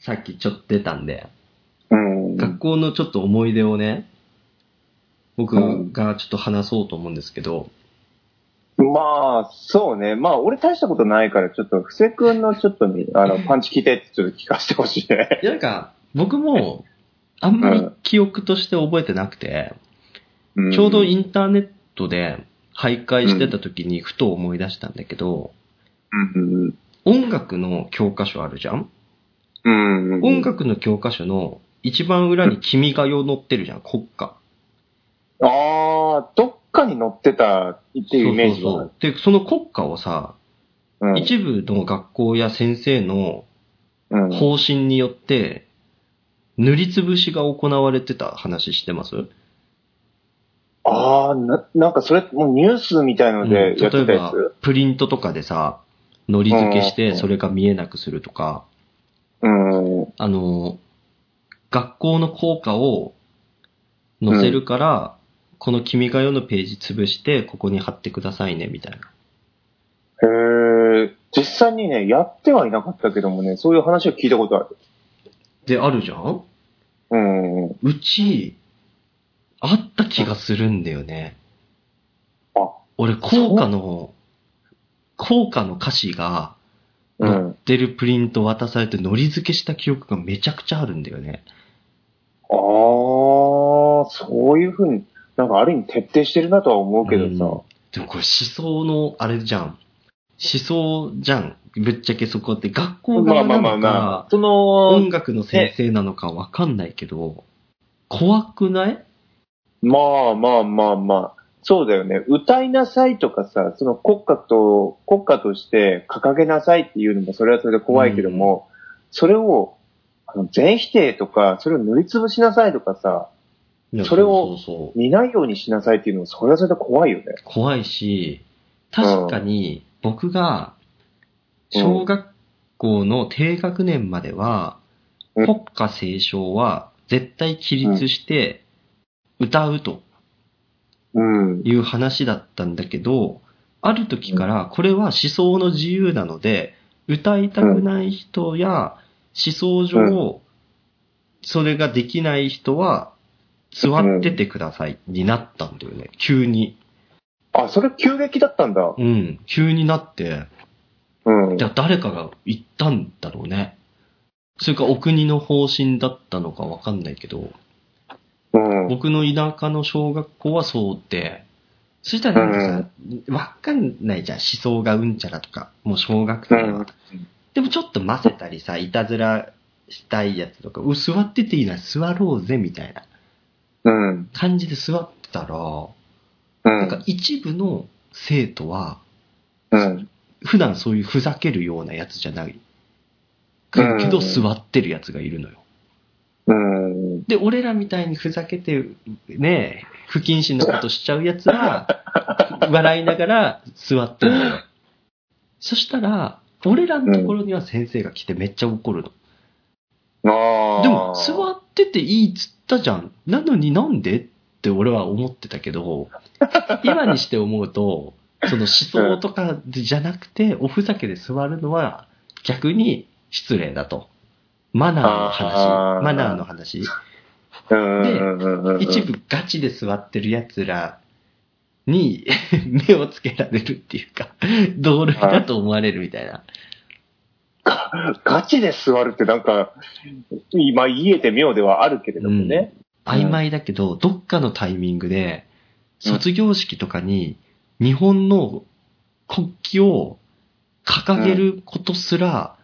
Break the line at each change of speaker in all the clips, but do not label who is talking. さっきちょっと出たんで、
うん。
学校のちょっと思い出をね、僕
うん
がちょっと話そうと思うんですけど、
まあ、そうね。まあ、俺大したことないから、ちょっと、布施くんのちょっとね、あの、パンチ聞いてってちょっと聞かせてほし いね。
いやなんか、僕も、あんまり記憶として覚えてなくて、ちょうどイ
い。
ンターネットで徘徊してた時にふと思い出したんだけど、
うん。
音楽の教科書あるじゃん
うん。うん
音。楽の教科書の一番裏に君が代載ってるじゃん、国歌。
ああ、どっかに載ってたっていうイメージ
そう
が
そ
あ
う
る。
そう。で、その国歌をさ、
うん
一部の学校や先生の
うん
方針によって、塗りつぶしが行われてた話してます
ああ、な、なんかそれ、もうニュースみたいの
うん
でやってた
例え
や
ば
つ。、
プリントとかでさ、のり付けし
う
て、
ん
それが見えなくするとか、
うん。
あの、学校の校歌を載せるから、この君が代のページ潰して、ここに貼ってくださいね、みたいな。
へえ、実際にね、やってはいなかったけどもね、そういう話は聞いたことある。
で、あるじゃん
うん。
うち、あった気がするんだよね。
あ
俺、校歌の、校歌の歌詞が
う
載っ
ん。
てるプリント渡されて、のり付けした記憶がめちゃくちゃあるんだよね。
ああ、そういうふうに、なんかある意味徹底してるなとは思うけどさ。
でもこれ思想の、あれじゃん。思想じゃん。ぶっちゃけそこって学校
ま
側
あま
な
あまあ
の
まあ
か、、
その
音、楽の先生なのかわかんないけど、怖くない
まあまあまあまあ、そうだよね。歌いなさいとかさ、その国家と、国家として掲げなさいっていうのもそれはそれで怖いけども、それを、あの全否定とか、それを塗りつぶしなさいとかさ、
いや
それ
そ
を
うそうそう
見ないようにしなさいっていうのも、それはそれで怖いよね。
怖いし、確かに僕が、小学校の低学年までは、
うん
国歌斉唱は絶対起立して歌うと
うん。
いう話だったんだけど、ある時からこれは思想の自由なので、歌いたくない人や思想上、それができない人は座っててくださいになったんだよね。急に。
あ、それ急激だったんだ。
うん。急になって、
うん。
だ誰かが言ったんだろうね。それかお国の方針だったのかわかんないけど、
うん。
僕の田舎の小学校はそうで、そしたらなんかさ、わかんないじゃん、思想がうんちゃらとか、もう小学生は。
うん
でもちょっと混ぜたりさ、いたずらしたいやつとか、う座ってていいな、座ろうぜ、みたいな
うん。
感じで座ってたら、
う
なんか
ん。
一部の生徒は、
うん。
普段そういうふざけるようなやつじゃない。けど
うん
座ってるやつがいるのよ。
うん。
で、俺らみたいにふざけて、ねえ、不謹慎なことしちゃうやつ は、笑いながら座ってるのよ。そしたら、俺らのところには先生が来てめっちゃ怒るの。
ああ。
でも、座ってていいっつったじゃん。なのになんでって俺は思ってたけど、今にして思うと、その思想とかじゃなくて、おふざけで座るのは逆に失礼だと。マナーの
あ
話。
ー
マナーの話。
うんうんうんうんうん。
一部ガチで座ってる奴らに 目をつけられるっていうか、同類だと思われるみたいな。
ガチで座るってなんか、今言えて妙ではあるけれどもね。
曖昧だけど、どっかのタイミングで、卒業式とかに日本の国旗を掲げることすら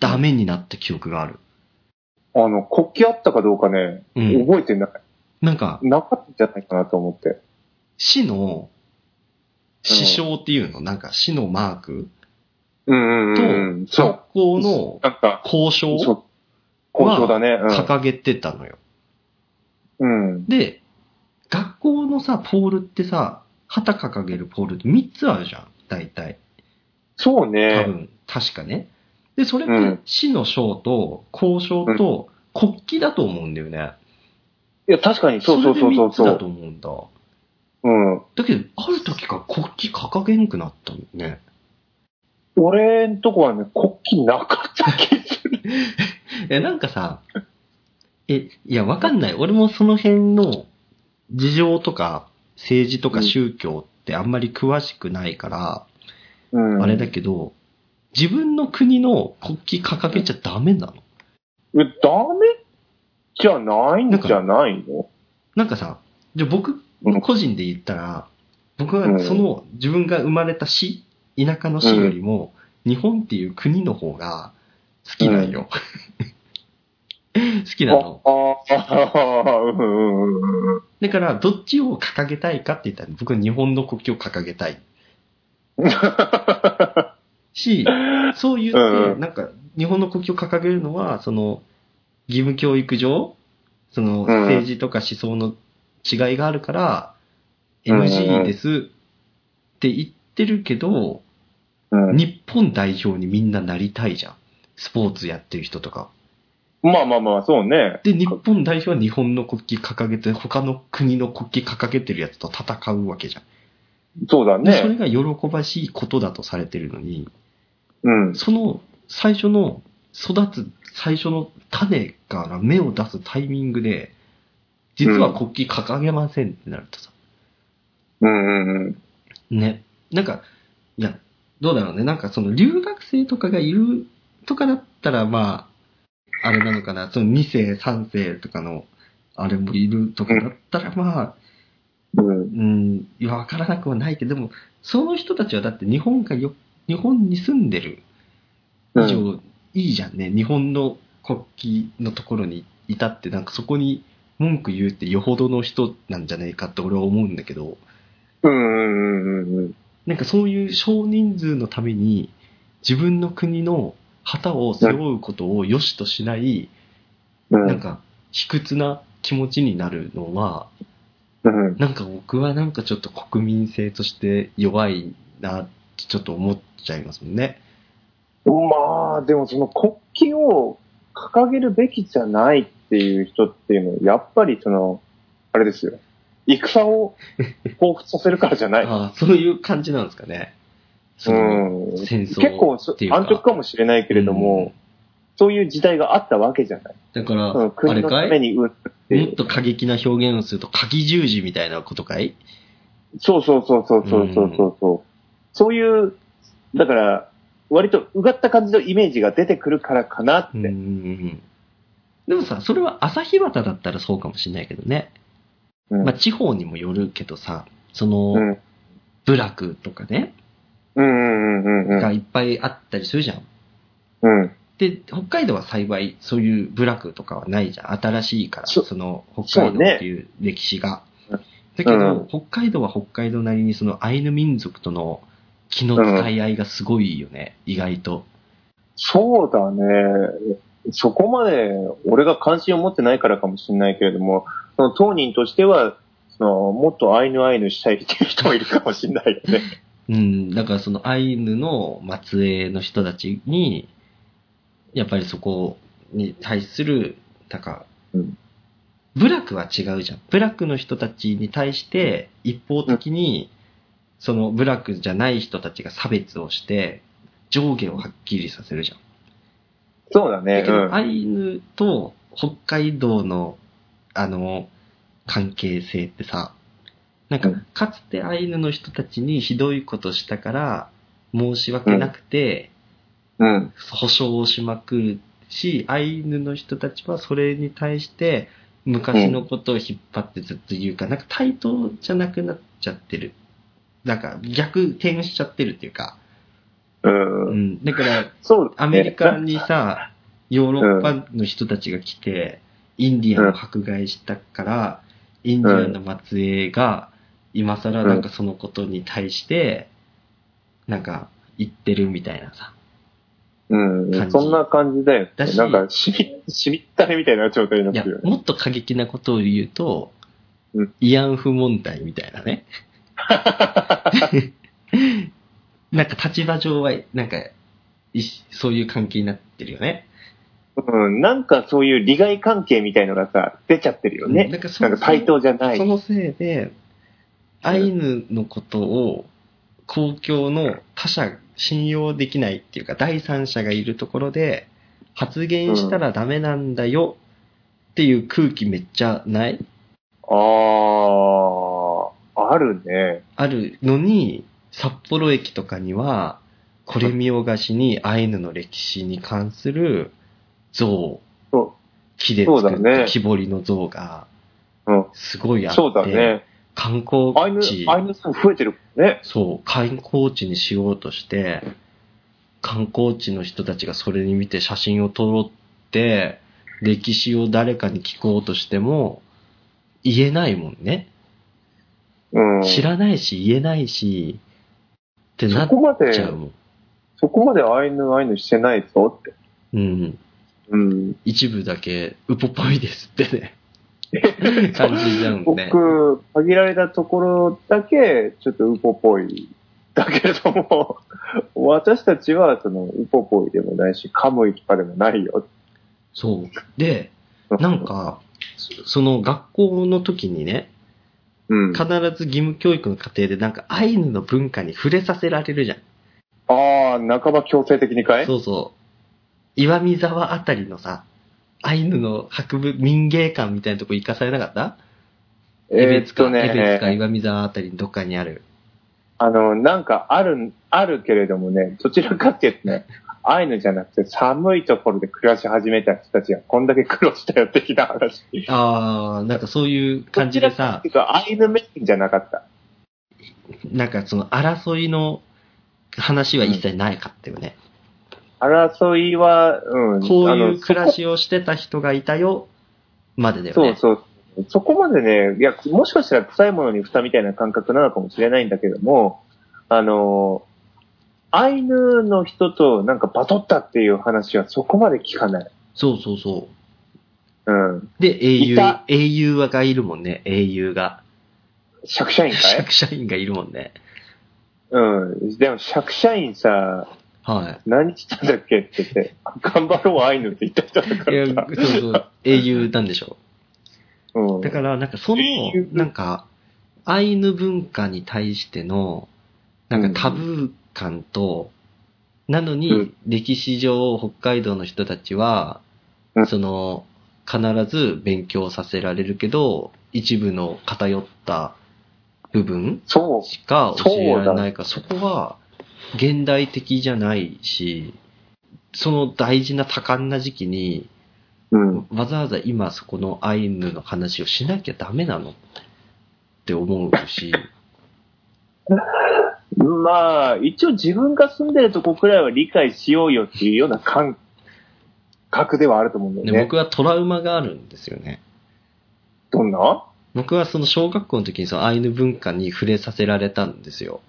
ダメになった記憶がある。
あの、国旗あったかどうかね、
うん。
覚えてない。
なんか、
なかったんじゃないかなと思って。
市の、市章っていうの、なんか市のマーク
うんうんうんうん。そう。
学校の
なんか、
交渉
そう
を。
好調だね。
掲げてたのよ。
うん。うん。
で、学校のさ、ポールってさ、旗掲げるポールって3つあるじゃん、大体。
そ
多
うね。
分、確かね。で、それっ
う
て
ん、
市の章と、交渉と、国旗だと思うんだよね。
いや、確かに、そうそうそうそう。
それで3つだ
そ
と思うんだ。
ううん。
だけど、ある時から国旗掲げんくなったのね。
俺んとこはね、国旗なかった気する。
え、なんかさ、え、いや、わかんない。俺もその辺の事情とか政治とか宗教ってあんまり詳しくないから、
うん。
あれだけど、自分の国の国旗掲げちゃダメなの
え、ダメじゃないんじゃないの
なんかさ、じゃあ僕個人で言ったら、僕はその自分が生まれた市、田舎の市よりも、日本っていう国の方が好きなんよ。 好きなの。
ああ、 うんうんうんうん。
だから、どっちを掲げたいかって言ったら、僕は日本の国旗を掲げた い。し、そう言っ
う
て、
ん
なんか、日本の国旗を掲げるのは、その、義務教育上、その、
うん
政治とか思想の違いがあるから、
うん
NG ですって言ってるけど、
うん
日本代表にみんななりたいじゃん。スポーツやってる人とか。
まあまあまあ、そうね。
で、日本代表は日本の国旗掲げて、他の国の国旗掲げてるやつと戦うわけじゃん。
そうだ
でそれが
ね。
喜ばしいことだとされてるのに、
うん。
その最初の育つ最初の種から芽を出すタイミングで、実は国旗掲げませんってなるとさ、
うんうんうん。
ね。なんか、いや、どうだろうね。なんかその留学生とかがいるとかだったら、まあ、あれなのかな。その2世、3世とかの、あれもいるとかだったら、まあ、
うん
うん、いやわからなくはないけど、でも、その人たちはだって日本がよ、日本に住んでる以上、
う
いいじゃんね。日本の国旗のところにいたって、なんかそこに文句言うってよほどの人なんじゃないかって俺は思うんだけど、
うんうんうん
なんかそういう少人数のために自分の国の旗を背負うことを良しとしない、
うん。う
なん
ん
か卑屈な気持ちになるのは、
うん。
なんか僕はなんかちょっと国民性として弱いなってちょっと思っちゃいますもんね。
まあ、でもその国旗を掲げるべきじゃないっていう人っていうのは、やっぱりその、あれですよ。戦を彷彿させるからじゃな い。
ああ、そういう感じなんですかね。そうの
ん。
戦争
結構そ
っていうか
安直かもしれないけれども、そういう時代があったわけじゃない。
だから、
うん、
あ
国
れ
の
か
ため
い
に打ってい
もっ
う。
と過激な表現をすると、鍵十字みたいなことかい
そうそうそうそうそうそうそう。うそういう、だから、割とうがった感じのイメージが出てくるからかなって。
うんうんうんでもさ、それは朝日旗だったらそうかもしれないけどね。
うん
まあ、地方にもよるけどさ、その、
うん。
部落とかね、
うんうんうんうんう
が
ん。
いっぱいあったりするじゃん。
うん。
で、北海道は幸いそういう部落とかはないじゃん。新しいから、そ
そ
の北海
そ
道
うね
っていう歴史が。
うん
だけど、
うん
北海道は北海道なりにそのアイヌ民族との気の使い合いがすごいよね、意外と。
そうだね。そこまで俺が関心を持ってないからかもしれないけれども、その当人としては、そのもっとアイヌアイヌしたいっていう人もいるかもしれないよね。
うん、だからそのアイヌの末裔の人たちに、やっぱりそこに対する、なんか、
うん
部落は違うじゃん。部落の人たちに対して、一方的に、その部落じゃない人たちが差別をして、上下をはっきりさせるじゃん。
そうだね
だ。け
う
ど、
ん。
アイヌと北海道の、あの、関係性ってさ、なんか
うん、
かつてアイヌの人たちにひどいことしたから、申し訳なくて、
うん。
保証をしまくるし、アイヌの人たちはそれに対して、昔のことを引っ張ってずっと言うから、なんか対等じゃなくなっちゃってる。なんか、逆転しちゃってるっていうか、
うん。
うん。だから、
そうだね。
アメリカにさ、ヨーロッパの人たちが来て、インディアンを迫害したから、インディアンの末裔が、今更なんかそのことに対して、なんか言ってるみたいなさ。
うん。そんな感じだよ
だし
ね。なんか、しみ、しみったれみたいな状態に
い
なっ
や
てるよ、ね。
もっと過激なことを言うと
うん、
慰安婦問題みたいな ね。なんか立場上は、なんか、いしそういう関係になってるよね。
うん。なんかそういう利害関係みたいのがさ、出ちゃってるよ
うん
ね。
なんかそ
なん
う
か対等じゃない
そ。のせいで、アイヌのことを公共の他者、信用できないっていうか、第三者がいるところで、発言したらダメなんだよっていう空気めっちゃない
ああ、あるね。
あるのに、札幌駅とかには、これ見よがしにアイヌの歴史に関する像、
そう
木で作
そう
っ
だ
た
ね
木彫りの像が
うん、
すごいあって、
そうだね。
観光
アイヌ、
地、
アイヌさん増えてるもんね。
そう、観光地にしようとして、観光地の人たちがそれに見て写真を撮ろうって、歴史を誰かに聞こうとしても、言えないもんね。
うん。
知らないし言えないし、ってなっ
そこま
ちゃ
で
う、もん。
そこまでアイヌ、アイヌしてないぞって。
うん。
うん。
一部だけ、ウポっぽいですってね。感じちゃうもんね。
僕、限られたところだけ、ちょっとウポっぽい。だけれども、私たちは、その、ウポっぽいでもないし、カムイとかでもないよ。
そう。で、なん、か、そその学校の時にね、
うん。
必ず義務教育の過程でなんかアイヌの文化に触れさせられるじゃん。
ああ、半ば強制的にかい
そうそう。岩見沢あたりのさ、アイヌの博物、民芸館みたいなとこ行かされなかった
え
江
ーっ
別か、
とね、
江別か岩見沢あたりのどっかにある。
あの、なんかある、あるけれどもね、どちらかっていうとね、アイヌじゃなくて寒いところで暮らし始めた人たちがこんだけ苦労したよ的な 話。
あー、なんかそういう感じでさ
て、いうか、アイヌメインじゃなかった。
なんかその争いの話は一切ないかったよね。
争いは、うん。
こ
あ
うい
の
う暮らしをしてた人がいたよ、までだよ
そこ
ね。
そうそう。そこまでね、いや、もしかしたら臭いものに蓋みたいな感覚なのかもしれないんだけども、あの、アイヌの人となんかバトったっていう話はそこまで聞かない。
そうそうそう
うん。
で、英雄
いた、
英雄がいるもんね、英雄が。
釈社員かい
釈社 員がいるもんね。
うん。でも、釈社員さ、
は
何したんだっけって言って、頑張ろう、アイヌって言った人だか
い。いや、
ら
そ
さ。
うそう、英雄なんでしょ
うん
う。だから、なんかその
英雄、
なんか、アイヌ文化に対しての、なんかタブー感と、なの
う
に
ん、
歴史上北海道の人たちは
う、ん
その、必ず勉強させられるけど、一部の偏った部分
そ
しか教えられないから、そこは現代的じゃないし、その大事な多感な時期に、
う。うん。
わざわざ今そこのアイヌの話をしなきゃダメなのって思うし、
まあ、一応自分が住んでるとこくらいは理解しようよっていうような感覚ではあると思うんだよ
で
ね。
僕はトラウマがあるんですよね。
どんな
僕はその小学校の時にそのアイヌ文化に触れさせられたんですよ。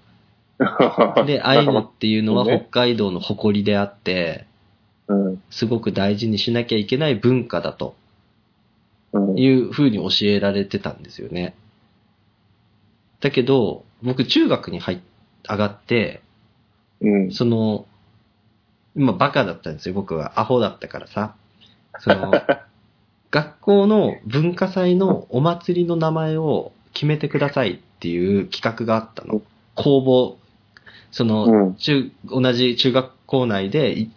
で、アイヌっていうのは
そう
北
ね
海道の誇りであって、
うん。
すごく大事にしなきゃいけない文化だと
うん。
いう風に教えられてたんですよね。だけど、僕中学に入っ上がって、
うん。
その、今バカだったんですよ、僕は。アホだったからさ。そ の、学校の文化祭のお祭りの名前を決めてくださいっていう企画があったの。公募、その、
うん。
中、同じ中学校内で、い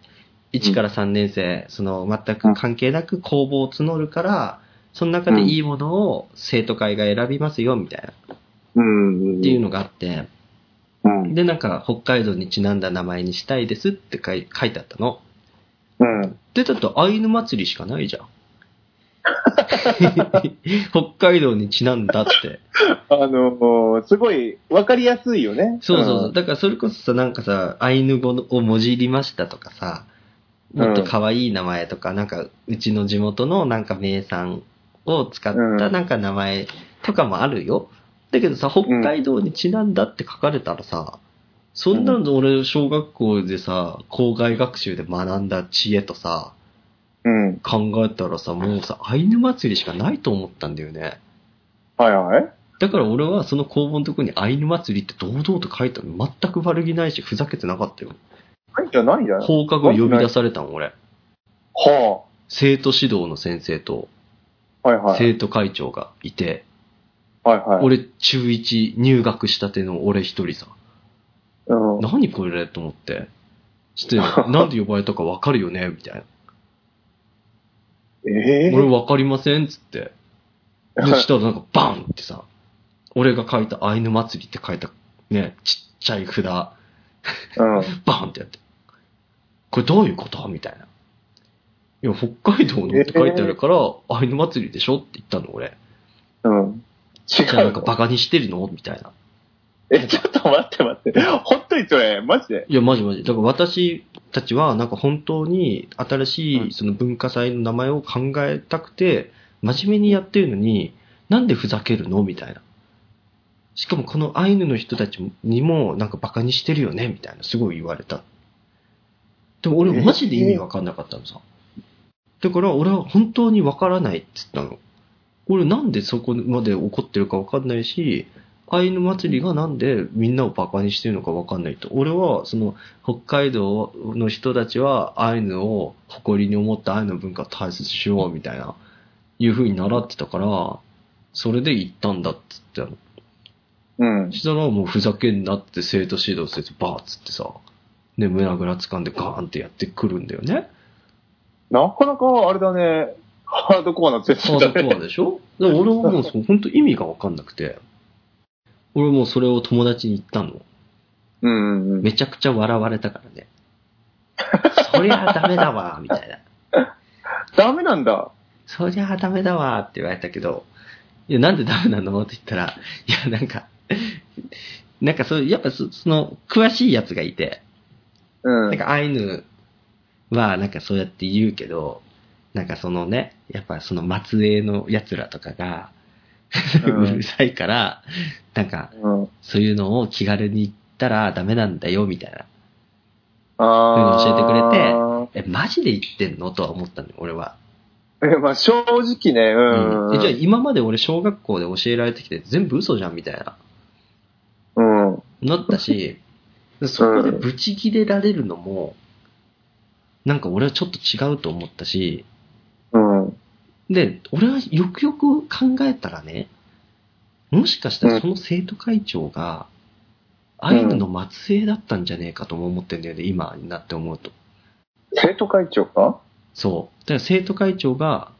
1から3年生、その全く関係なく公募を募るから、その中でいいものを生徒会が選びますよ、みたいな、
うん。
っていうのがあって、
うん。
で、なんか、北海道にちなんだ名前にしたいですって書い書いてあったの。
うん。
で、だって、アイヌ祭りしかない じゃん。北海道にちなんだって。
あの、すごいわかりやすいよね。
そうそうそう。だから、それこそさ、なんかさ、アイヌ語をもじりましたとかさ、もっと可愛い名前とか、なんか、うちの地元のなんか名産を使った
うん
なんか名前とかもあるよ。だけどさ、北海道にちなんだって書かれたらさ、そんなの俺、小学校でさ、校外学習で学んだ知恵とさ、
うん。うん。
考えたらさ、もうさ、アイヌ祭りしかないと思ったんだよね。
はいはい。
だから俺はその公募のとこにアイヌ祭りって堂々と書いたの全く悪気ないし、ふざけてなかったよ。
ないじゃないじゃない
放課後呼び出されたの、俺。
は
生徒指導の先生と。
あ。はいはい。
生徒会長がいて、
はいはい。
俺中1入学したての俺一人さ、
うん。
何これと思って、して、なんで呼ばれたかわかるよねみたいな。
ええ
俺わかりませんっつって。で、したらなんかバンってさ、俺が書いたアイヌ祭りって書いたね、ちっちゃい札、バ
う
ン
ん。
ってやって。これどういうことみたいな。いや、北海道のって書いてあるから、アイヌ祭りでしょって言ったの、俺。
うん。違
じゃあな
うん
か
の。
バカにしてるのみたいな。
え、ちょっと待って待って。 本当にそれ、マジで。
いや、マジマジ。だから私たちは、なんか本当に新し
う
いその文化祭の名前を考えたくて、真面目にやってるのに、なんでふざけるのみたいな。しかもこのアイヌの人たちにも、なんかバカにしてるよねみたいな、すごい言われた。でも俺、
え
マジで意味わかんなかったのさ。だから俺は本当にわからないっつったの。俺なんでそこまで怒ってるかわかんないし、アイヌ祭りがなんでみんなをバカにしてるのかわかんないと。俺は、その、北海道の人たちはアイヌを誇りに思ったアイヌの文化を大切にしようみたいな、いう風に習ってたから、それで行ったんだっつってたの。
うん
そ。したらもうふざけんなって生徒指導してバーっつってさ、ね、胸ぐらつかんでガーンってやってくるんだよね。
なかなか、あれだね。ハードコアな説
ハー
だ
ドコ
ね。
アでしょだから俺はもうそう本当意味がわかんなくて、俺もうそれを友達に言ったの。
うんうんうん。
めちゃくちゃ笑われたからね。そりゃダメだわ、みたいな。
ダメなんだ。
そりゃダメだわって言われたけど、いや、なんでダメなのって言ったら、いや、なんか、なんかそう、やっぱそその、詳しいやつがいて、
うん。
なんかアイヌは、なんかそうやって言うけど、なんかそのね、やっぱその末裔の奴らとかが、
う
うんるさいから、なんか、
うん。
そういうのを気軽に言ったらダメなんだよ、みたいな。
あ
そういうの教えて
ー
え、マジで言ってんのとは思ったのよ、俺は。
え、まあ正直ね、う。
うん
うん
えじゃあ今まで俺小学校で教えられてきて全部嘘じゃん、みたいな。
うん。
なったし、そこでブチ切れられるのも、なんか俺はちょっと違うと思ったし、
うん。
で、俺はよくよく考えたらね、もしかしたらその生徒会長が、アイヌの末裔だったんじゃねえかとも思ってんだよね、今になって思うと。
生徒会長か
そう。だから生徒会長が、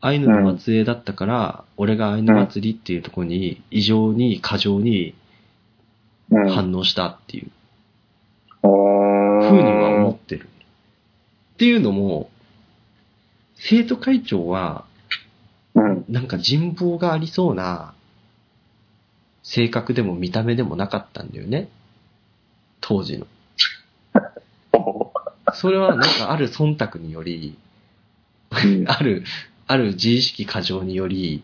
アイヌの末裔だったから、俺がアイヌ祭りっていうところに、異常に過剰に
うん。
反応したっていう。
おー
ふうには思ってる。っていうのも、生徒会長は、
うん。
なんか人望がありそうな、性格でも見た目でもなかったんだよね。当時の。それはなんかある忖度により、ある、ある自意識過剰により、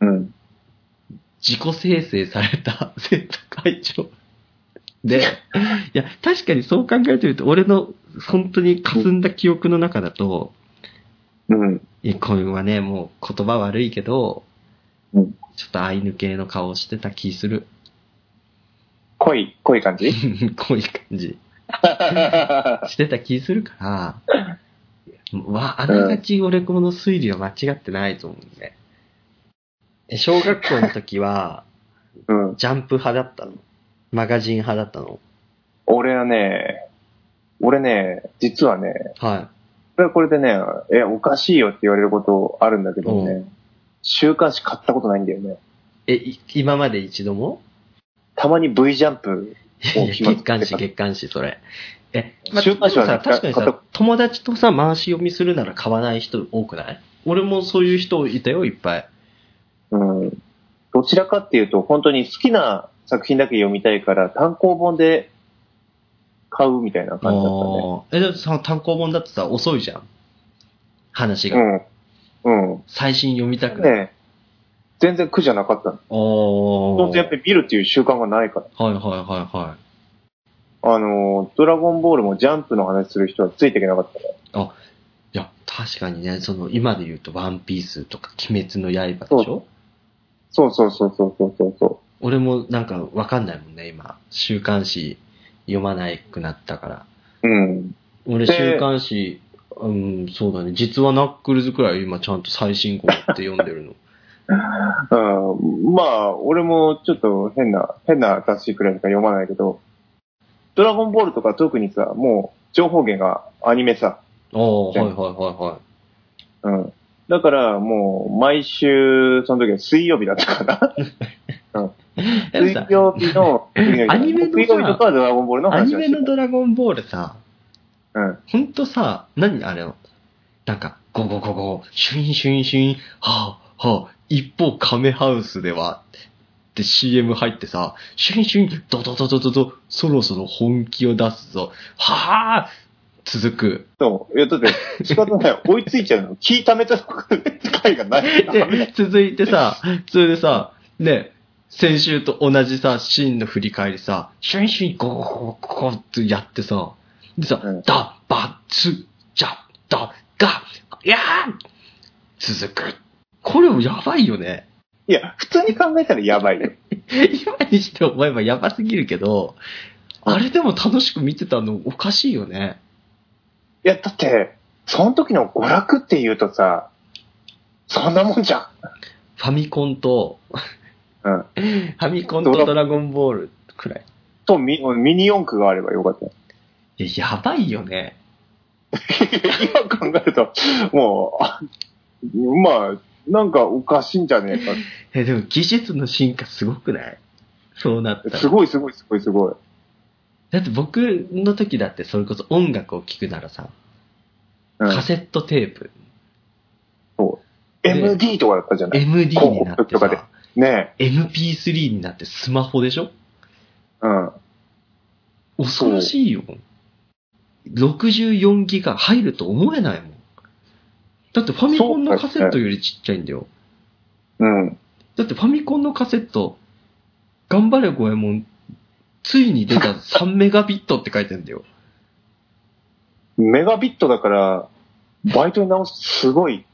うん。
自己生成された 生徒会長。で、いや、確かにそう考えてると、俺の本当に霞んだ記憶の中だと、
うん。
いや、これはね、もう言葉悪いけど、
うん
ちょっとアイヌ系の顔してた気する。
濃い、濃い感じ
こういう感じ。してた気するから、わ、あながち俺この推理は間違ってないと思うんで。で小学校の時は、
うん。
ジャンプ派だったの。マガジン派だったの。
俺はね、俺ね、実はね、
は
これはこれでね、え、おかしいよって言われることあるんだけど
う
ね、週刊誌買ったことないんだよね。
い。え、い今まで一度も
たまに V ジャンプ、
い
もう
や
決まっ
月刊誌、
決まっ
月刊誌、それ。 え、まあ、で
週
も
刊誌はね
さ、確かに
買っ
さ、友達とさ、回し読みするなら買わない人多くない俺もそういう人いたよ、いっぱい。
うん。どちらかっていうと、本当に好きな作品だけ読みたいから、単行本で買うみたいな
あ
感じだったね。
ーえ、でもさ、単行本だってさ、遅いじゃん。話が。
うん。うん。
最新読みたくない。
ね全然苦じゃなかったの。
お
本当やっぱ
り。
り見るっていう習慣がないから。
はいはいはいはい。
あのー、ドラゴンボールもジャンプの話する人はついていけなかったね。
いや、確かにね、その、今で言うと、ワンピースとか、鬼滅の刃でし
そ
ょ
そうそうそうそうそうそうそ
俺もなんかわかんないもんね、今。週刊誌読まなくなったから。
う。うん。
俺、
で
週刊誌、うん、そうだね。実はナックルズくらい今ちゃんと最新号って読んでるの。
うん、まあ、俺もちょっと変な、変な雑誌くらいしか読まないけど、ドラゴンボールとか特にさ、もう情報源がアニメさ、
ああ、は
で
いはいはいはい。
うん。だからもう、毎週、その時は水曜日だったかな。水
さ
曜日の、
アニメのさ
水曜日とかはドラゴンボールの
ア
話
ニ
を
メ
して
のドラゴンボールさ、
た。うん。
ほんとさ、何あれの、なんか、ゴゴゴゴ、シュインシュインシュイン、はあ、はあ、一方カメハウスでは、って CM 入ってさ、シュインシュイン、ドドドドドド、そろそろ本気を出すぞ、はあ、続く。
そう。いや、だって、仕方 ない。追いついちゃうの。聞いためた回がない。
で、 続いてさ、それでさ、ね、先週と同じさ、シーンの振り返りさ、シュインシュイン、ゴーゴーゴーってやってさ、でさ、
うん
ダ、バ、ツ、ジャ、ダ、ガ、やー続く。これもやばいよね。
いや、普通に考えたらやばいよ。
今にして思えばやばすぎるけど、あれでも楽しく見てたのおかしいよね。
いや、だって、その時の娯楽って言うとさ、そんなもんじゃん。
ファミコンと、
うん。
ファミコンとドラゴンボールくらい。
とミ、ミニ四駆があればよかったよ。
いや、やばいよね。
今考えると、もうあ、まあ、なんかおかしいんじゃねえかっ
え、でも技術の進化すごくないそうなった
て。
ら
す。ごいすごいすごいすごい。
だって僕の時だってそれこそ音楽を聴くならさ、
うん
カセットテープ、
MD とかだったじゃない
MD になって
広告とかで
さ、
ね
MP3 になってスマホでしょ
え。うん。
恐ろしいよ。64ギガ入ると思えないもん。だってファミコンのカセットよりちっちゃいんだよ。
うん。
だってファミコンのカセット、頑張れゴエモン、ついに出た3メガビットって書いてんだよ。
メガビットだから、バイトに直すすごい。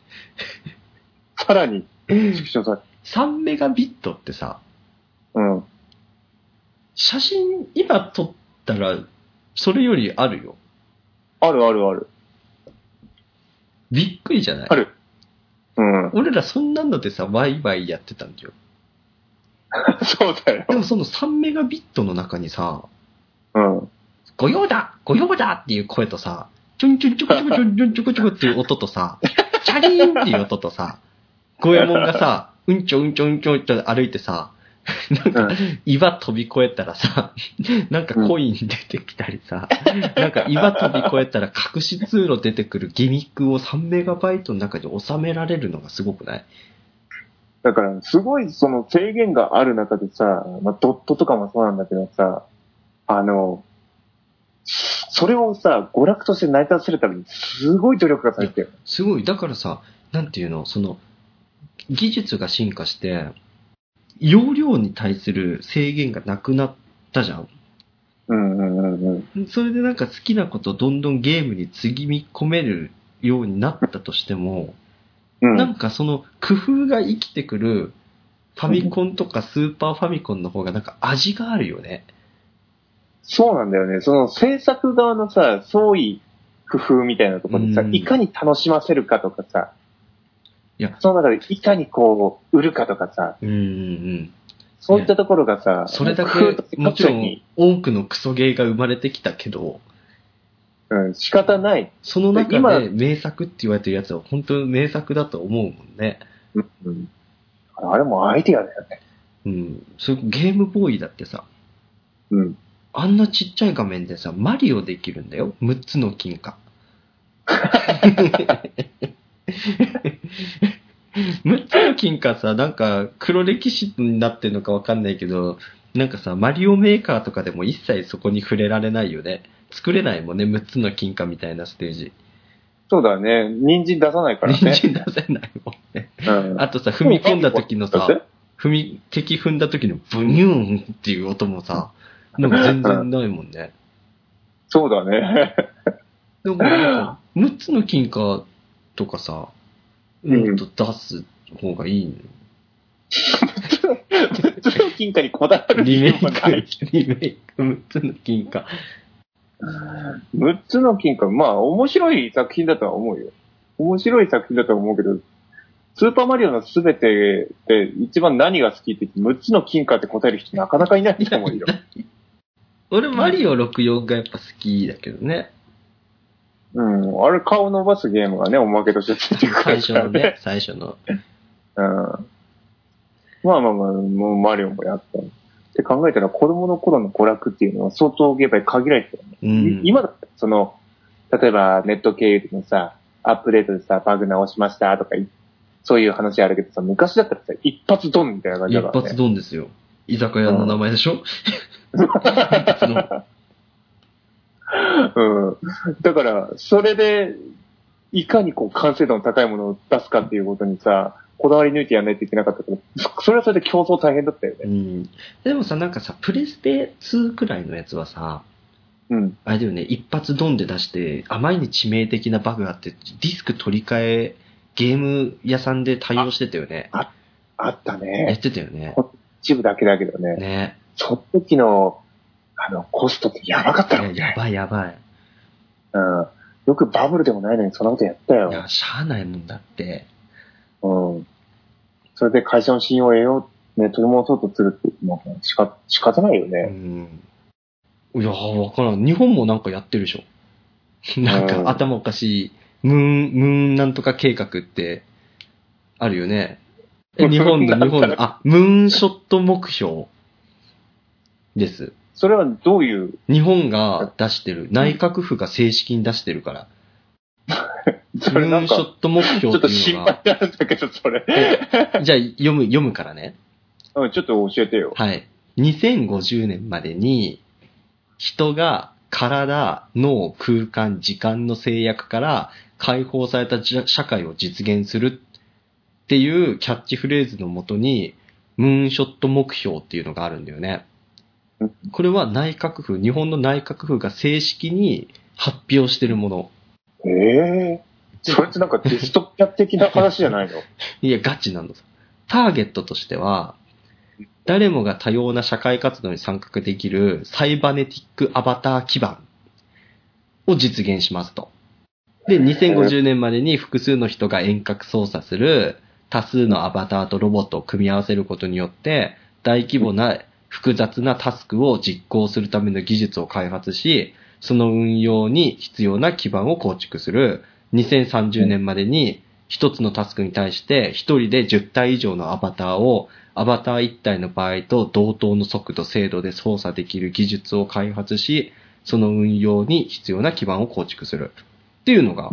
さらに、縮小され
3メガビットってさ、
うん。
写真今撮ったら、それよりあるよ。
あるあるある。
びっくりじゃない
ある うん。
俺らそんなんだってさ、ワイワイやってたんだよ。
そうだよ
で。もその3メガビットの中にさ、
うん。
ご用だご用だっていう声とさ、チュンチュンチュクチュクチュンチュンチュクチュクっていう音とさ、チャリーンっていう音とさ、ゴエモンがさ、うんちょうんちょうんちょって歩いてさ、なんか
うん
岩飛び越えたらさ、なんかコイン出てきたりさ、なんか岩飛び越えたら隠し通路出てくるギミックを3メガバイトの中に収められるのがすごくない
だから、すごいその制限がある中でさ、まあ、ドットとかもそうなんだけどさ、あの、それをさ、娯楽として成り立たせるために、すごい努力がされてる。
すごい。だからさ、なんていうの、その、技術が進化して、容量に対する制限がなくなったじゃん。
うんうんうんうん。
それでなんか好きなことどんどんゲームにつぎみ込めるようになったとしても、
うん
なんかその工夫が生きてくるファミコンとかスーパーファミコンの方がなんか味があるよね。
そうなんだよね。その制作側のさ、創意工夫みたいなところでさ
う、ん
いかに楽しませるかとかさ、
いや
その中でいかにこう、売るかとかさ、
うんうんうん。
そういったところがさ、
それだ
工夫と
け、もちろ
各所
ん
に
多くのクソゲーが生まれてきたけど、
うん、仕方ない。
その中
今
で名作って言われてるやつは本当に名作だと思うもんね。
うんあれもアイディアだよね。
うん。それゲームボーイだってさ、
うん。
あんなちっちゃい画面でさ、マリオできるんだよ。6つの金貨。6つの金貨さ、なんか黒歴史になってるのかわかんないけど、なんかさ、マリオメーカーとかでも一切そこに触れられないよね。作れないもんね、6つの金貨みたいなステージ。
そうだね。人参出さないから
人
ね。
参出せないもんね。
うん
あとさ、踏み込んだ時のさ
だって、
踏み、敵踏んだ時のブニューンっていう音もさ、なんか全然ないもん ね。
そうだ ね。
でもなんか、6つの金貨とかさ、
うん
もっと出す方がいいのよ。
普通の金貨にこだ わる
リ
理
メイ
由
ク
がない。、
リメイク、6つ の金貨。
6つの金貨、まあ、面白い作品だとは思うよ。面白い作品だとは思うけど、スーパーマリオのすべてで一番何が好きって6つの金貨って答える人なかなかいないと思 うよ。
俺、マリオ64がやっぱ好きだけどね。
うん。あれ、顔伸ばすゲームがね、おまけとしてついてくるか
最
ら、
初のね、最初の。
うん。まあまあまあ、もうマリオもやった。って考えたら、子供の頃の娯楽っていうのは相当やっぱり限られてたよね。
うん。
今だったら、その、例えばネット経由のさ、アップデートでさ、バグ直しましたとかい、そういう話あるけどさ、昔だったらさ、一発ドンみたいな感じ
一
だから、ね。
発ドンですよ。居酒屋の名前でしょ 一発の。
うん。だから、それで、いかにこう、完成度の高いものを出すかっていうことにさ、こだわり抜いてやらないといけなかったから、そそれはそれで競争大変だったよ
う
ね。
ん。でもさ、なんかさ、プレステ2くらいのやつはさ、
うん。
あれだよね、一発ドンで出して、あまりに致命的なバグがあって、ディスク取り替え、ゲーム屋さんで対応してたよね。
あった
やっ
ね。
てたよね。
一部だけだけどね。
ね。
その時の、あの、コストってやばかったの
いやや
ね。
ばいやばい。
うん。よくバブルでもないのにそんなことやった
い
よ
や、。しゃあないもんだって。
うん。それで会社の信用を得よう、ね、取り戻そうとするっていうのは仕方仕方ないよ
う
ね。
ん。いやー、わからん。日本もなんかやってるでしょ。なん
うん
か頭おかしい、ムーン、ムーンなんとか計画って、あるよね。え日本の、
なんだ
日本の、あ、ムーンショット目標です。
それはどういう、
日本が出してる、内閣府が正式に出してるから、
そ
ム
れな
ー
ん
ンシ
か、
ョ
ち
ット目標
ょっ
って
と心
いうのが
配、なんだけど、それ。
じゃあ読む、読むからね。
うん、ちょっと教えてよ。
はい。2050年までに、人が体、脳、空間、時間の制約から解放されたじゃ社会を実現するっていうキャッチフレーズのもとに、ムーンショット目標っていうのがあるんだよね
うん。
これは内閣府、日本の内閣府が正式に発表してるもの。
ええそれってなんかディストピア的な話じゃないの
いや、ガチなのさ。ターゲットとしては、誰もが多様な社会活動に参画できるサイバネティックアバター基盤を実現しますと。で、2050年までに複数の人が遠隔操作する多数のアバターとロボットを組み合わせることによって、大規模な複雑なタスクを実行するための技術を開発し、その運用に必要な基盤を構築する。2030年までに一つのタスクに対して一人で10体以上のアバターをアバター1体の場合と同等の速度、精度で操作できる技術を開発し、その運用に必要な基盤を構築する。っていうのが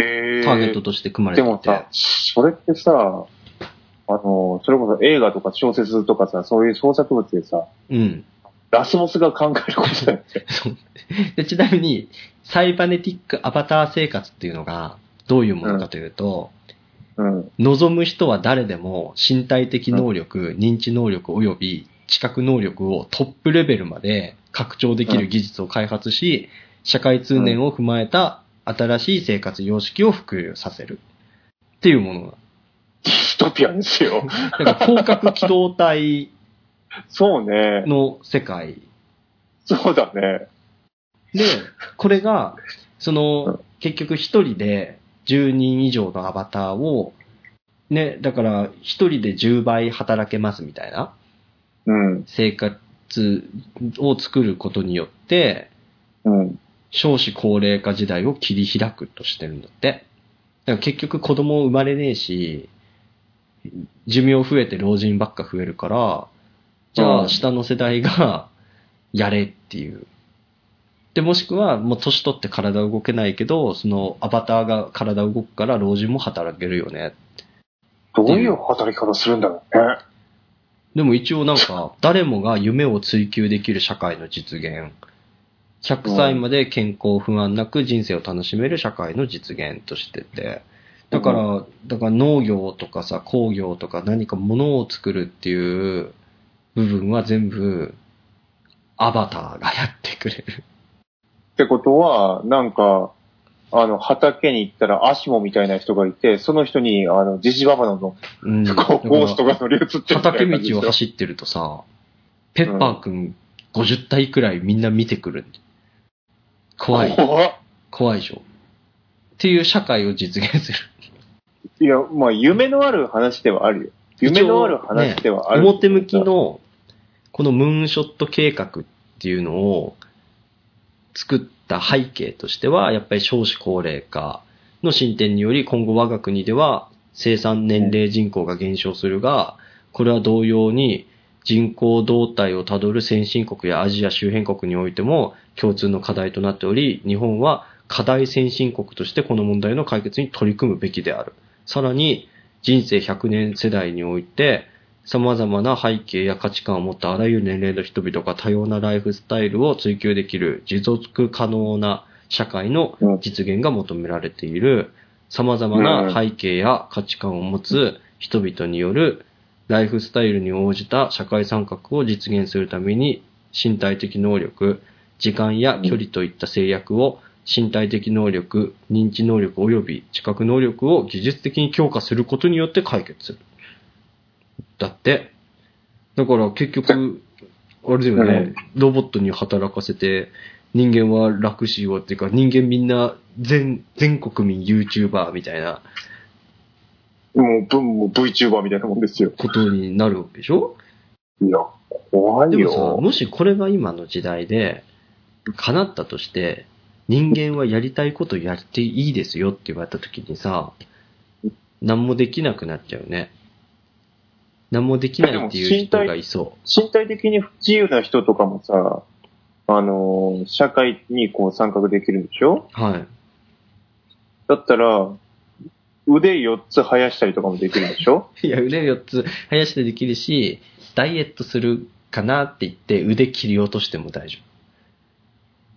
ええ
ターゲットとして組まれ
で
てい
も
て。
さ、それってさ、あの、それこそ映画とか小説とかさ、そういう創作物でさ、
うん。
ラスボスが考えるこ とだよね。
そうでちなみに、サイバネティックアバター生活っていうのが、どういうものかというと、
うん。
望む人は誰でも身体的能力、認知能力及び知覚能力をトップレベルまで拡張できる技術を開発し、社会通念を踏まえた新しい生活様式を普及させる。っていうもの
ディストピアですよ。
が。なんか広角機動隊
そうね。
の世界
そうだね。
で、これが、そうの、結局一人で10人以上のアバターを、ね、だから一人で10倍働けますみたいな
うん。
生活を作ることによって、
うん。
少子高齢化時代を切り開くとしてるんだって。だから結局子供生まれねえし、寿命増えて老人ばっか増えるから、じゃ
う
あ
ん
下の世代が やれっていう。で、もしくは、もう年取って体動けないけど、そのアバターが体動くから老人も働けるよね。
どういう働き方するんだろうね。
でも一応なんか、誰もが夢を追求できる社会の実現。100歳まで健康不安なく人生を楽しめる社会の実現としてて。だから、だから農業とかさ、工業とか何か物を作るっていう部分は全部、アバターがやってくれる。
ってことは、なんか、あの、畑に行ったらアシモみたいな人がいて、その人に、あの、ジジババなの、
うん。だか
こうゴースト
ら
が乗り移ってるみたいな
畑
感じでし
道
ょ
を走ってるとさ、ペッパーくん50体くらいみんな見てくる。怖い。
怖っ
怖いでしょ。っていう社会を実現する。
いや、まあ、夢のある話ではあるよ。夢のある話で はある。
表向きの、このムーンショット計画っていうのを、作った背景としては、やっぱり少子高齢化の進展により、今後我が国では生産年齢人口が減少するが、これは同様に人口動態をたどる先進国やアジア周辺国においても共通の課題となっており、日本は課題先進国としてこの問題の解決に取り組むべきである。さらに、人生100年世代において、様々な背景や価値観を持ったあらゆる年齢の人々が多様なライフスタイルを追求できる持続可能な社会の実現が求められている、様々な背景や価値観を持つ人々によるライフスタイルに応じた社会参画を実現するために身体的能力、時間や距離といった制約を身体的能力、認知能力及び知覚能力を技術的に強化することによって解決する。だって。だから結局、あれだよね、ロボットに働かせて、人間は楽しいわっていうか、人間みんな全、全国民 YouTuber みたいな
もう、ぶもう VTuber みたいなもんですよ。
ことになるわけでしょ
いや、怖
で
い
もさ、
よ。
もしこれが今の時代で、叶ったとして、人間はやりたいことやっていいですよって言われた時にさ、何もできなくなっちゃうね。何もできないっていう人がいそ
身体的に不自由な人とかもさ、あのー、社会にこう参画できるんでしょ
う。はい。
だったら、腕4つ生やしたりとかもできるんでしょ
いや、腕4つ生やしてできるし、ダイエットするかなって言って腕切り落としても大丈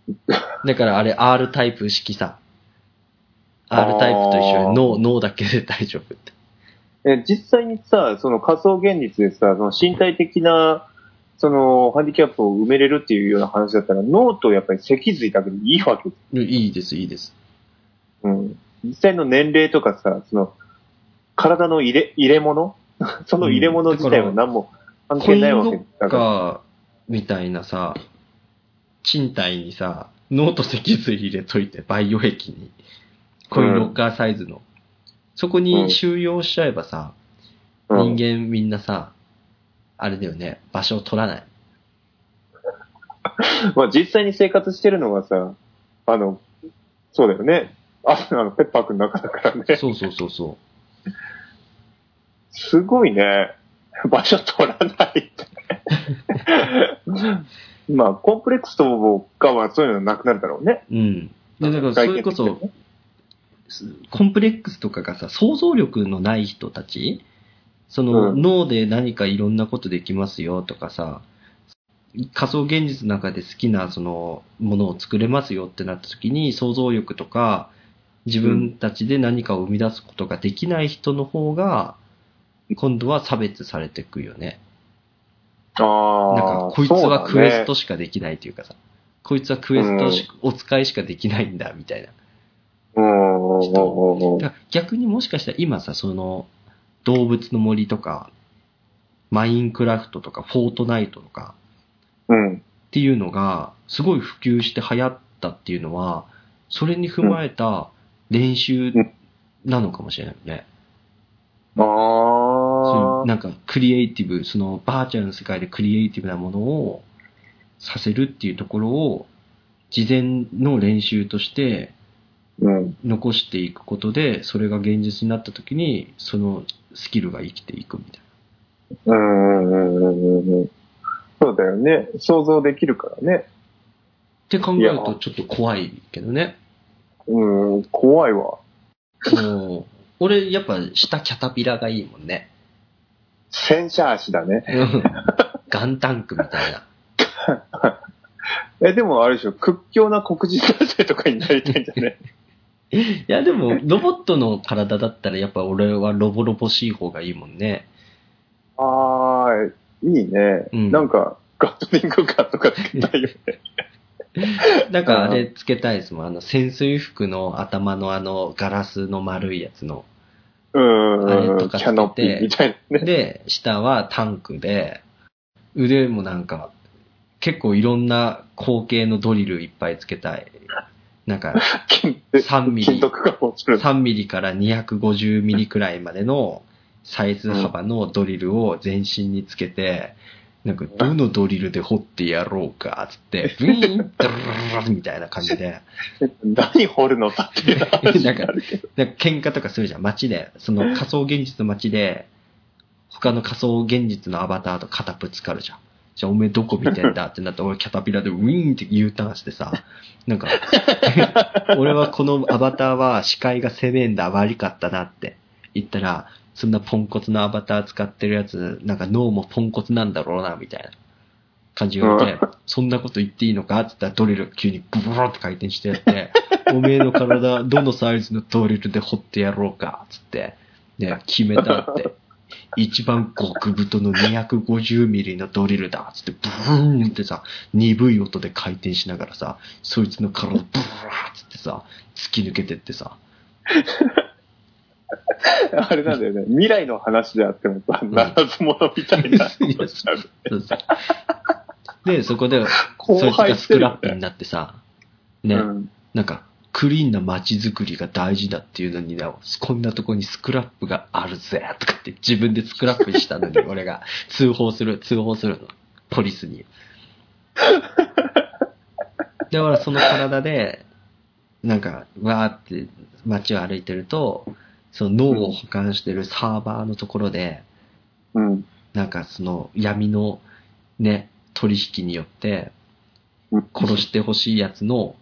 夫。だからあれ R タイプ式さ。R タイプと一緒
あー
で脳、脳だけで大丈夫って。
え実際にさ、その仮想現実でさ、その身体的な、その、ハンディキャップを埋めれるっていうような話だったら、脳とやっぱり脊髄だけでいいわけ
いいです、いいです。
うん実際の年齢とかさ、その、体の入れ、入れ物 その入れ物自体は何も関
コイ
係
ン
ない
ロ
わけだ
ッ
から。
カーみたいなさ、賃貸にさ、脳と脊髄入れといて、培養液に。コインロッカーサイズの。そこに収容しちゃえばさ、
うん
人間みんなさ、あれだよね、場所を取ら ない。
まあ実際に生活してるのはさ、あの、そうだよね。ああの、ペッパーくんの中だからね。
そうそうそうそ
すごいね。場所取らな いって。まあ、コンプレックスとかはそういうのなくなるだろうね。
う。うん。でだからそれこ
外見
そ
的、にね
コンプレックスとかがさ、想像力のない人たち、その、
うん
脳で何かいろんなことできますよとかさ、仮想現実の中で好きなそのものを作れますよってなった時に想像力とか自分たちで何かを生み出すことができない人の方が今度は差別されていくよね。
ああ。
なんか、こいつはクエスト
そう
しかできないというかさ、こいつはクエストしお使いしかできないんだ、みたいな。
だね。うんうんうんうん
だから逆にもしかしたら今さ、その、動物の森とか、マインクラフトとか、フォートナイトとか
うん。
っていうのが、すごい普及して流行ったっていうのは、それに踏まえた練習なのかもしれないよね。
あ
そういうなんか、クリエイティブ、その、バーチャルの世界でクリエイティブなものをさせるっていうところを、事前の練習として、
うん。
残していくことで、それが現実になった時に、そのスキルが生きていくみたい
うんうんうんうんうん。そうだよね。想像できるからね。
な。って考えるとちょっと怖いけどね。
うん、怖い
も
わ。
う俺、やっぱ下キャタピラがいいもんね。
戦車足だね。
ガンタンクみたいな。
え、でもあれでしょ、屈強な黒人男性とかになりたいんじゃね
いや、でも、ロボットの体だったら、やっぱ俺はロボロボしい方がいいもんね。
あー、いいね。
うん
なんか、ガトリングガンとかつけた いよね。
なんかあれつけたいですもん。あの、潜水服の頭のあの、ガラスの丸いやつの。
うん
あれ
うんう
と
ん、
かつけて
キャノピーみたいなね。
で、下はタンクで、腕もなんか、結構いろんな後継のドリルいっぱいつけたい。なんか、
金で
3ミ
金
リ、
属が落ちる。
3ミリから250ミリくらいまでのサイズ幅のドリルを全身につけて、なんか、どのドリルで掘ってやろうか、つって、ブイーン、ドゥルルルルルみたいな感じで、
何掘るのさっていう話になるけど。
なんか喧嘩とかするじゃん、街で。その仮想現実の街で、他の仮想現実のアバターと肩ぶつかるじゃん。じゃあ、おめえどこ見てんだってなって、俺キャタピラでウィーンって U ターンしてさ、なんか、 俺はこのアバターは視界が攻めんだ、悪かったなって言ったら、そんなポンコツなアバター使ってるやつ、なんか脳もポンコツなんだろうな、みたいな感じ言われて、そんなこと言っていいのかって言ったらドリル急にブブルって回転してやって、 おめえの体、どのサイズのドリルで掘ってやろうか、つって、ね、決めたって。一番極太の250ミリのドリルだ、つって、ブーンってさ、鈍い音で回転しながらさ、そいつの体、ブワーっつってさ、突き抜けてってさ、
あれなんだよね。未来の話であってもさ、
ん
ならず者みたいなことしちゃう。
そうそうで、そこで、 そ
後
いつ
輩
が
し
ス
て
ク
る
ラ
よ
ップ
ね
になってさ、ね、
うん
なんか、クリーンな街づくりが大事だっていうのにね、こんなとこにスクラップがあるぜとかって自分でスクラップしたのに、俺が通報する、通報するの。ポリスに。だからその体で、なんか、わーって街を歩いてると、その脳を保管してるサーバーのところで、
うん。
なんかその闇のね、取引によって
うん、
殺してほしいやつの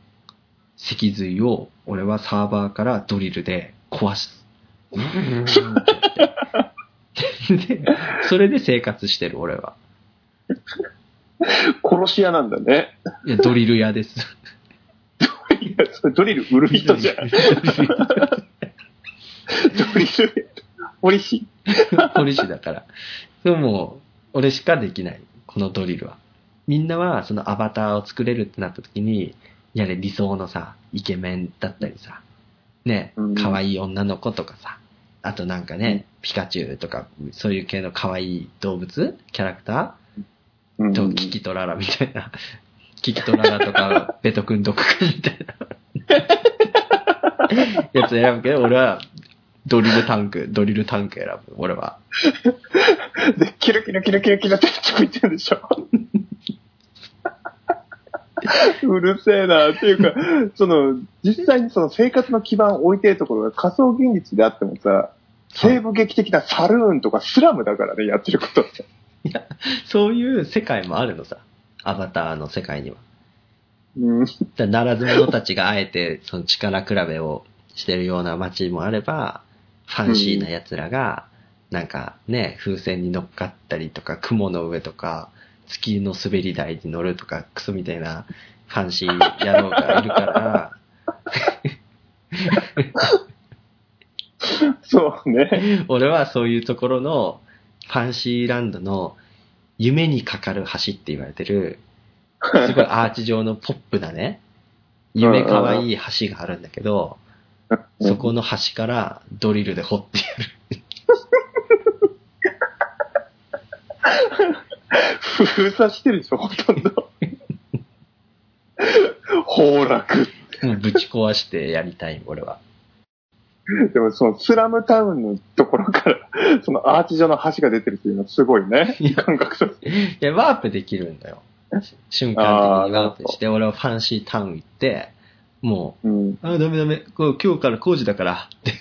脊髄を俺はサーバーからドリルで壊す。うーんって言って で、それで生活してる俺は。
殺し屋なんだね。
いや、ドリル屋です。
いや、それ ドリル売る人じゃん。ドリル、ポリシ
ポリシーだから。でも、俺しかできない。このドリルは。みんなは、そのアバターを作れるってなった時に、やれ理想のさ、イケメンだったりさ、ね
うん、
可愛い女の子とかさ、あとなんかね、ピカチュウとか、そういう系の可愛い動物キャラクタ
ー。うん
ーと、キキトララみたいな。 キキトララとか、ベト君ドク君みたいな。やつ選ぶけど、俺は、ドリルタンク、ドリルタンク選ぶ、俺は。
で、キラキラキラキラキラって聞こえてるでしょ。 うるせえな、っていうか、その、実際にその生活の基盤を置いてるところが仮想現実であってもさ、西部劇的なサルーンとかスラムだからね、やってることって。
そういう世界もあるのさ。アバターの世界には。
うん。
だならず者たちがあえて、その力比べをしてるような街もあれば、ファンシーな奴らが、なんかね、風船に乗っかったりとか、雲の上とか、月の滑り台に乗るとか、クソみたいなファンシー野郎がいるから、
そうね。
俺はそういうところの、ファンシーランドの、夢にかかる橋って言われてる、すごいアーチ状のポップなね、夢かわいい橋があるんだけど、そこの橋からドリルで掘ってやる。
封鎖してるでしょ、ほとんど。崩落。
もうぶち壊してやりたい、俺は。
でもそのスラムタウンのところから、そのアーチ状の橋が出てるっていうのはすごいね
い。や
感覚として。
いや、ワープできるんだよ。瞬間的にワープして、俺はファンシータウン行って、も
うん。
う、あ、ダメダメ、こう今日から工事だからって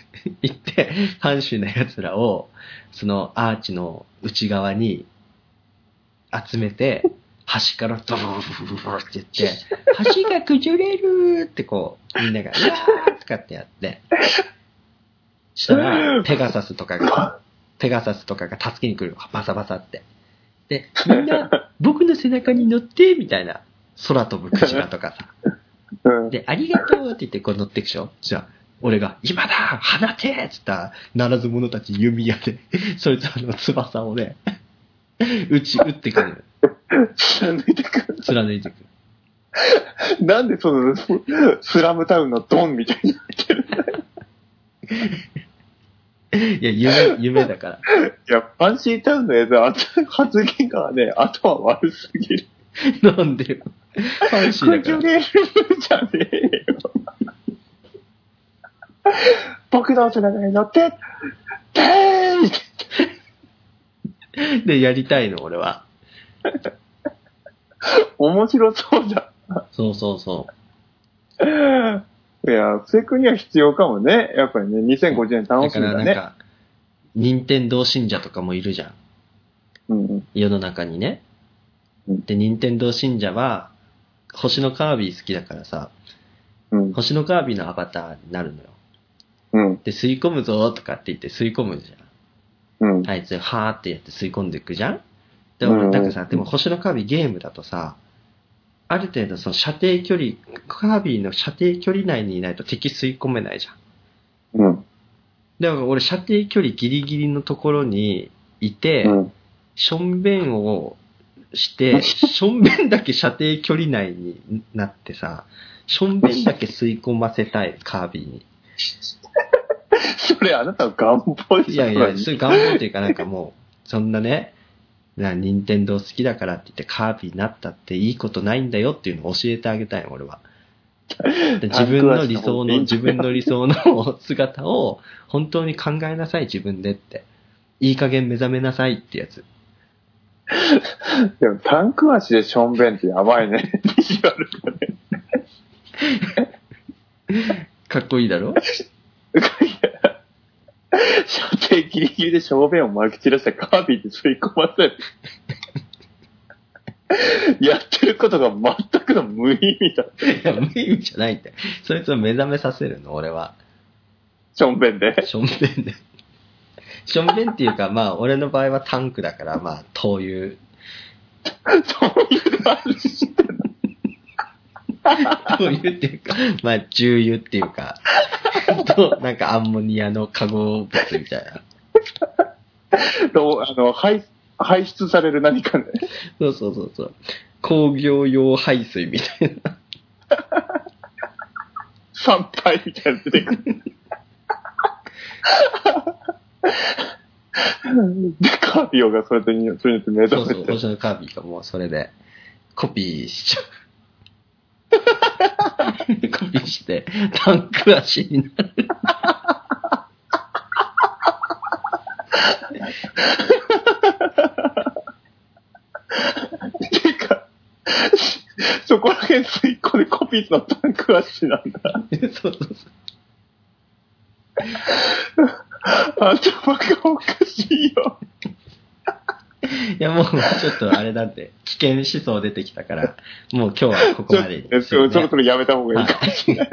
言って、ファンシーな奴らを、そのアーチの内側に集めて、端からドローって言って、橋が崩れるってこう、みんなが、うわーとかってやって、したら、ペガサスとかが、ペガサスとかが助けに来るのバサバサって。で、みんな、僕の背中に乗って、みたいな、空飛ぶクジラとかさ。
うん
で、ありがとうって言ってこう乗ってくでしょじゃあ、俺が、今だ放てっつったら、ならず者たち弓矢で、 そいつらの翼をね、打ち、打ってくる。
貫いてく
貫いてくる。
なんでその、スラムタウンのドンみたいになってる
いや、夢、夢だから。
いや、ファンシータウンのやつは、発言がね、後は悪すぎる。
なんでよ。ファンシ
これ
ーだ
ジュ
から。
レールじゃねえよ。僕の背中に乗って、てーん
で、やりたいの、俺は。
面白そうじゃん。
そうそうそ
いや、布施君には必要かもね。やっぱりね、2050年
う。
楽
だ
し
か
み
ら
だ
なん
ね。
か、任天堂信者とかもいるじゃん。
うんうん。
世の中にね。
うん
で、任天堂信者は、星のカービィ好きだからさ、
うん。
星のカービィのアバターになるのよ。
うん。
で、吸い込むぞーとかって言って吸い込むじ
うん
ゃん。。あいつ、はーってやって吸い込んでいくじゃんで
うん
も、なんかさ、でも星のカービィゲームだとさ、ある程度その射程距離、カービィの射程距離内にいないと敵吸い込めないじゃん。
うん。
だから俺射程距離ギリギリのところにいて、
うん。
しょんべんを して、しょんべんだけ射程距離内になってさ、しょんべんだけ吸い込ませたい、カービィに。
それあなたの願望
い
じゃ
や
ん。
いや、そういう願望というかなんかもう、そんなね、な、任天堂好きだからって言ってカービィになったっていいことないんだよっていうのを教えてあげたいの、俺 は。で自分の理想の、自分の理想の姿を本当に考えなさい、自分でって。いい加減目覚めなさいってやつ。
でも、タンク足でしょんべんってやばいね。ビジュアルがね。
かっこいいだ ろ
射程ギリギリでしょんべんをまき散らしたカービィで吸い込ませる。やってることが全くの無意味だ。
いや、無意味じゃないって。そいつを目覚めさせるの、俺は。
しょんべんで。
しょんべん で。しょんべんっていうか、まあ、俺の場合はタンクだから、まあ、灯油。
そういう話してる
灯油っていうか、まあ、重油っていう か、と、なんかアンモニアの化合物みたいな。
と、あの、排出排出される何かね。
そうそうそうそう。工業用排水みたいな。
参拝みたいなの出てくる。で、カービオがそれとに、それによって目
そ
覚
う
め
そう、
て
星のカービィがもうそれで、コピーしち ゃう。コピーして、タンク足になる。
てか、そこら辺吸い込んでコピーのタンクはしなんだ。
そうそうそう。
頭がおかしいよ。
いや、もう、ちょっとあれだって、危険思想出てきたから、もう今日はここ
ちょ
ま
っと
でに
ね、そろそろやめた方がいいかもしれない。